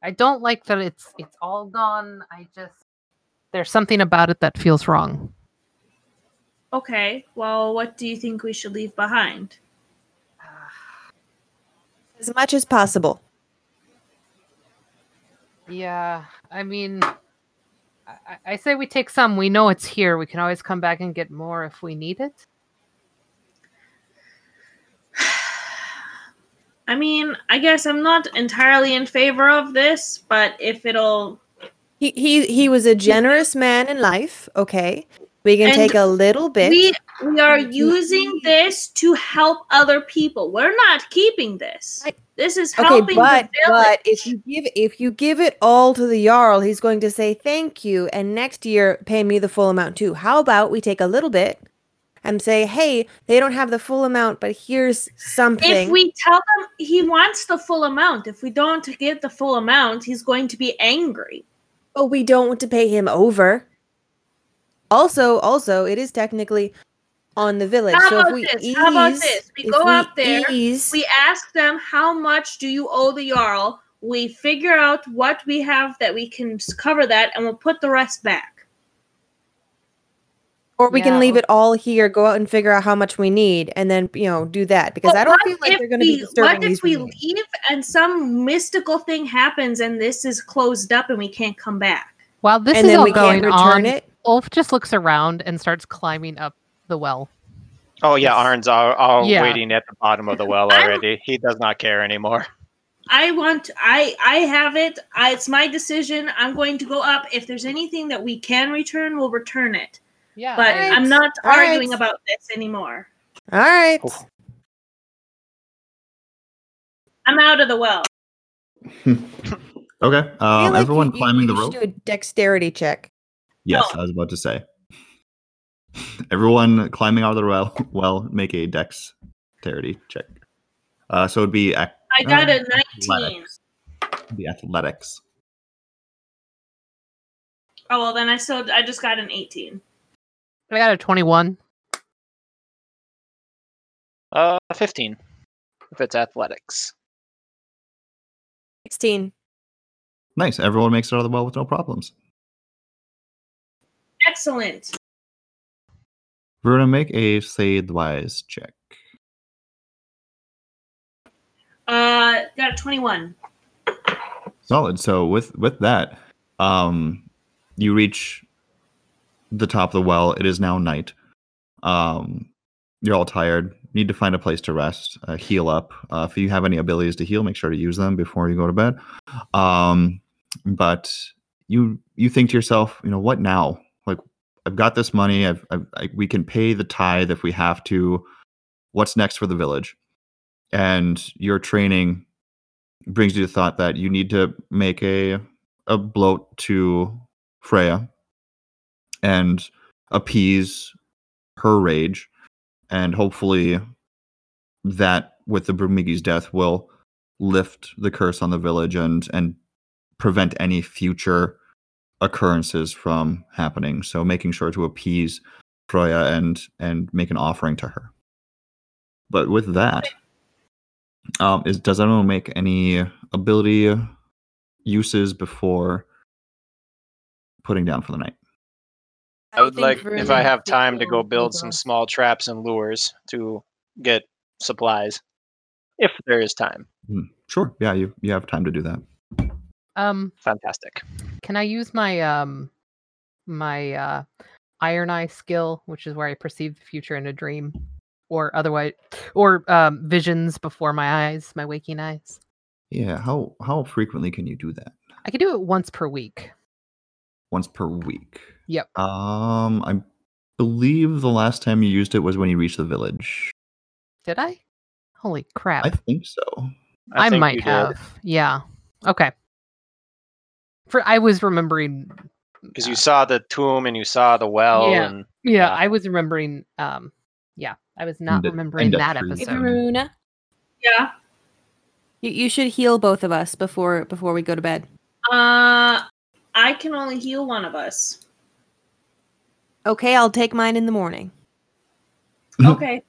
C: I don't like that it's it's all gone. I just there's something about it that feels wrong.
B: Okay. Well, what do you think we should leave behind?
E: As much as possible.
C: Yeah, I mean, I- I, I say we take some. We know it's here. We can always come back and get more if we need it.
B: I mean, I guess I'm not entirely in favor of this, but if it'll
E: He he he was a generous man in life. Okay, we can
B: And
E: take a little bit. Mm-hmm.
B: we we are using this to help other people. We're not keeping this.
E: I-
B: This is
E: okay,
B: helping
E: but
B: the village.
E: but if you give if you give it all to the jarl, he's going to say thank you, and next year pay me the full amount too. How about we take a little bit and say, hey, they don't have the full amount, but here's something.
B: if we tell them he wants the full amount, if we don't get the full amount, he's going to be angry.
E: But we don't want to pay him over. Also, also, it is technically on the village.
B: How
E: so if
B: about
E: we
B: this?
E: ease,
B: How about this? We
E: if
B: go up there,
E: ease-
B: We ask them how much do you owe the Jarl. We figure out what we have that we can s- cover that, and we'll put the rest back.
E: or we
C: Yeah.
E: can leave it all here, go out and figure out how much we need, and then you know do that because
B: But
E: I don't
B: what
E: feel like
B: if
E: they're going to be
B: we-
E: disturbing
B: What
E: these
B: if we
E: women.
B: leave and some mystical thing happens and this is closed up and we can't come back?
C: While this
E: and
C: is
E: then
C: all
E: we
C: going
E: can't
C: on,
E: return it.
C: Ulf just looks around and starts climbing up the well.
D: Oh yeah,
C: Yes.
D: Arn's all, all
C: Yeah.
D: waiting at the bottom
C: <laughs>
D: of the well
B: I'm-
D: already. He does not care anymore.
B: I want. I I have it. I, it's my decision. I'm going to go up. If there's anything that we can return, we'll return it.
C: Yeah,
B: But
E: Alright.
B: I'm not
E: Alright.
B: arguing about this anymore.
E: All right.
D: Oh.
B: I'm out of the well.
A: Okay.
E: I feel
A: Um,
E: like
A: everyone
E: you- you-
A: climbing the
E: you
A: rope.
E: should Do a dexterity check.
A: Yes, I was about to say. <laughs> Everyone climbing out of the well, <laughs> well make a dexterity check. Uh, so it'd be ac-
B: I got
A: Oh,
B: a 19.
A: athletics. The athletics.
B: Oh well, then I still I just got an 18.
C: I got a twenty-one.
D: Uh, fifteen, if it's athletics.
E: Sixteen.
A: Nice. Everyone makes it out of the well with no problems.
B: Excellent.
A: We're gonna make a sidewise check.
B: Uh, got a 21.
A: Solid. So with with that, um, you reach the top of the well. It is now night. Um, you're all tired. Need to find a place to rest, uh, heal up. Uh, if you have any abilities to heal, make sure to use them before you go to bed. Um, but you you think to yourself, you know, what now? Like, I've got this money. I've, I've I, we can pay the tithe if we have to. What's next for the village? And your training brings you to thought that you need to make a a bloat to Freya and appease her rage, and hopefully that with the Brumigi's death will lift the curse on the village and and prevent any future occurrences from happening. So making sure to appease Freya and and make an offering to her. But with that, um, is does anyone make any ability uses before putting down for the night?
D: I would like,
E: Varun
D: if I
E: needs
D: have time, to go
E: heal
D: build some
E: Olga.
D: small traps and lures to get supplies, if there is time.
A: Sure. Yeah, you you have time to do that.
C: Um,
D: Fantastic.
C: can I use my um my uh iron eye skill, which is where I perceive the future in a dream or otherwise or um visions before my eyes, my waking eyes.
A: Yeah. How how frequently can you do that?
C: I can do it once per week.
A: Once per week.
C: Yep.
A: Um, I believe the last time you used it was when you reached the village.
C: Did I? Holy crap.
A: I think so.
C: I,
D: think
C: might
D: you did.
C: have. Yeah. Okay. For I was remembering
D: because you saw the tomb and you saw the well.
C: Yeah.
D: And
C: Yeah,
D: Yeah.
C: I was remembering um yeah, I was not
A: the- and
C: remembering
A: the
C: that
A: tree.
E: Hey,
A: So-
C: episode.
E: Varun,
B: Yeah.
E: you, you should heal both of us before before we go to bed.
B: Uh, I can only heal one of us.
E: Okay, I'll take mine in the morning.
B: Okay.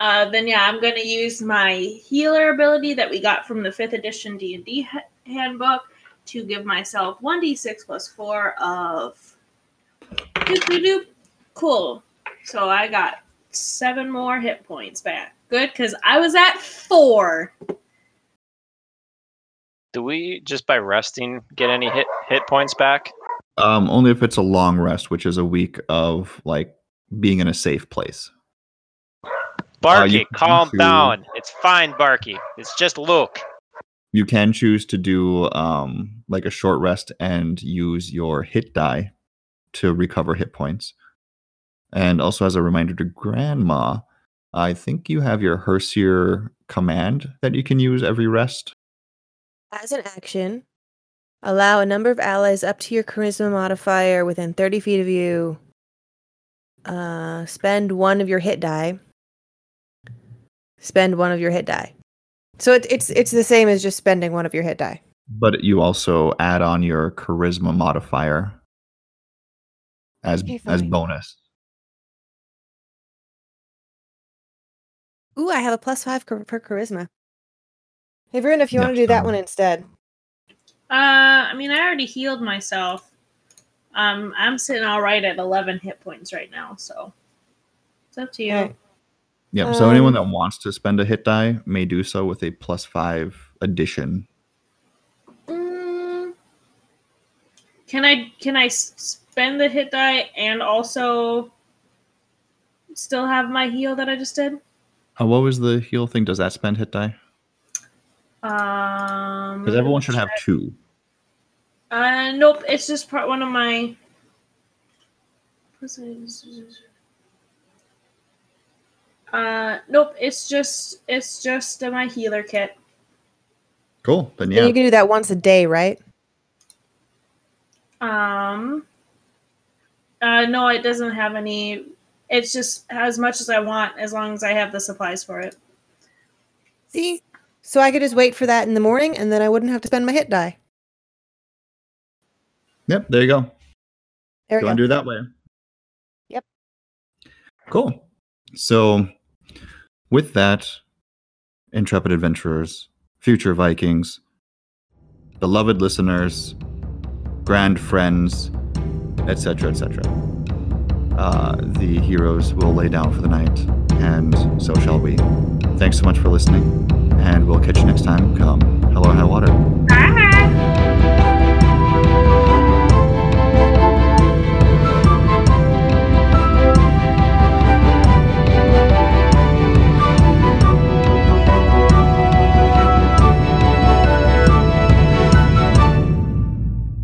B: Uh, then yeah, I'm going to use my healer ability that we got from the fifth edition D and D handbook to give myself one d six plus four of. Doop, doop, doop. Cool. So I got seven more hit points back. Good, because I was at four.
D: do we just by resting get any hit hit points back?
A: Um, only if it's a long rest, which is a week of like being in a safe place.
D: Barky,
A: Uh, you can
D: calm
A: choose-
D: down. It's fine, Barky. It's just Luke.
A: You can choose to do um like a short rest and use your hit die to recover hit points. And also as a reminder to grandma, I think you have your Hersier command that you can use every rest.
E: As an action, allow a number of allies up to your charisma modifier within 30 feet of you. Uh, spend one of your hit die. Spend one of your hit die. So it, it's it's the same as just spending one of your hit die.
A: But you also add on your charisma modifier as
E: Okay,
A: as
E: fine.
A: bonus.
E: Ooh, I have a plus five char- per charisma. Hey, Varun, if you
A: Yeah,
E: want to do that
A: so-
E: one instead.
B: Uh, I mean, I already healed myself. Um, I'm sitting all right at 11 hit points right now, so it's up to you.
E: Alright.
A: Yeah. so anyone that
E: Um,
A: wants to spend a hit die may do so with a plus five addition.
B: Mm. Can I can I s- spend the hit die and also still have my heal that I just did?
A: Uh, what was the heal thing? Does that spend hit die?
B: Um,
A: Because everyone should have two.
B: Uh, nope. It's just part one of my. Uh, nope. It's just it's just uh, my healer kit.
A: Cool. Then
E: And
A: yeah,
E: you can do that once a day, right?
B: Um. Uh, no, it doesn't have any. It's just as much as I want, as long as I have the supplies for it.
E: See? So I could just wait for that in the morning and then I wouldn't have to spend my hit die.
A: Yep, there you go.
E: There we
A: Go
E: go.
A: and do it that way.
E: Yep.
A: Cool. So, with that, intrepid adventurers, future Vikings, beloved listeners, grand friends, etc., etc., uh, the heroes will lay down for the night, and so shall we. Thanks so much for listening, and we'll catch you next time. Come, hello, high water.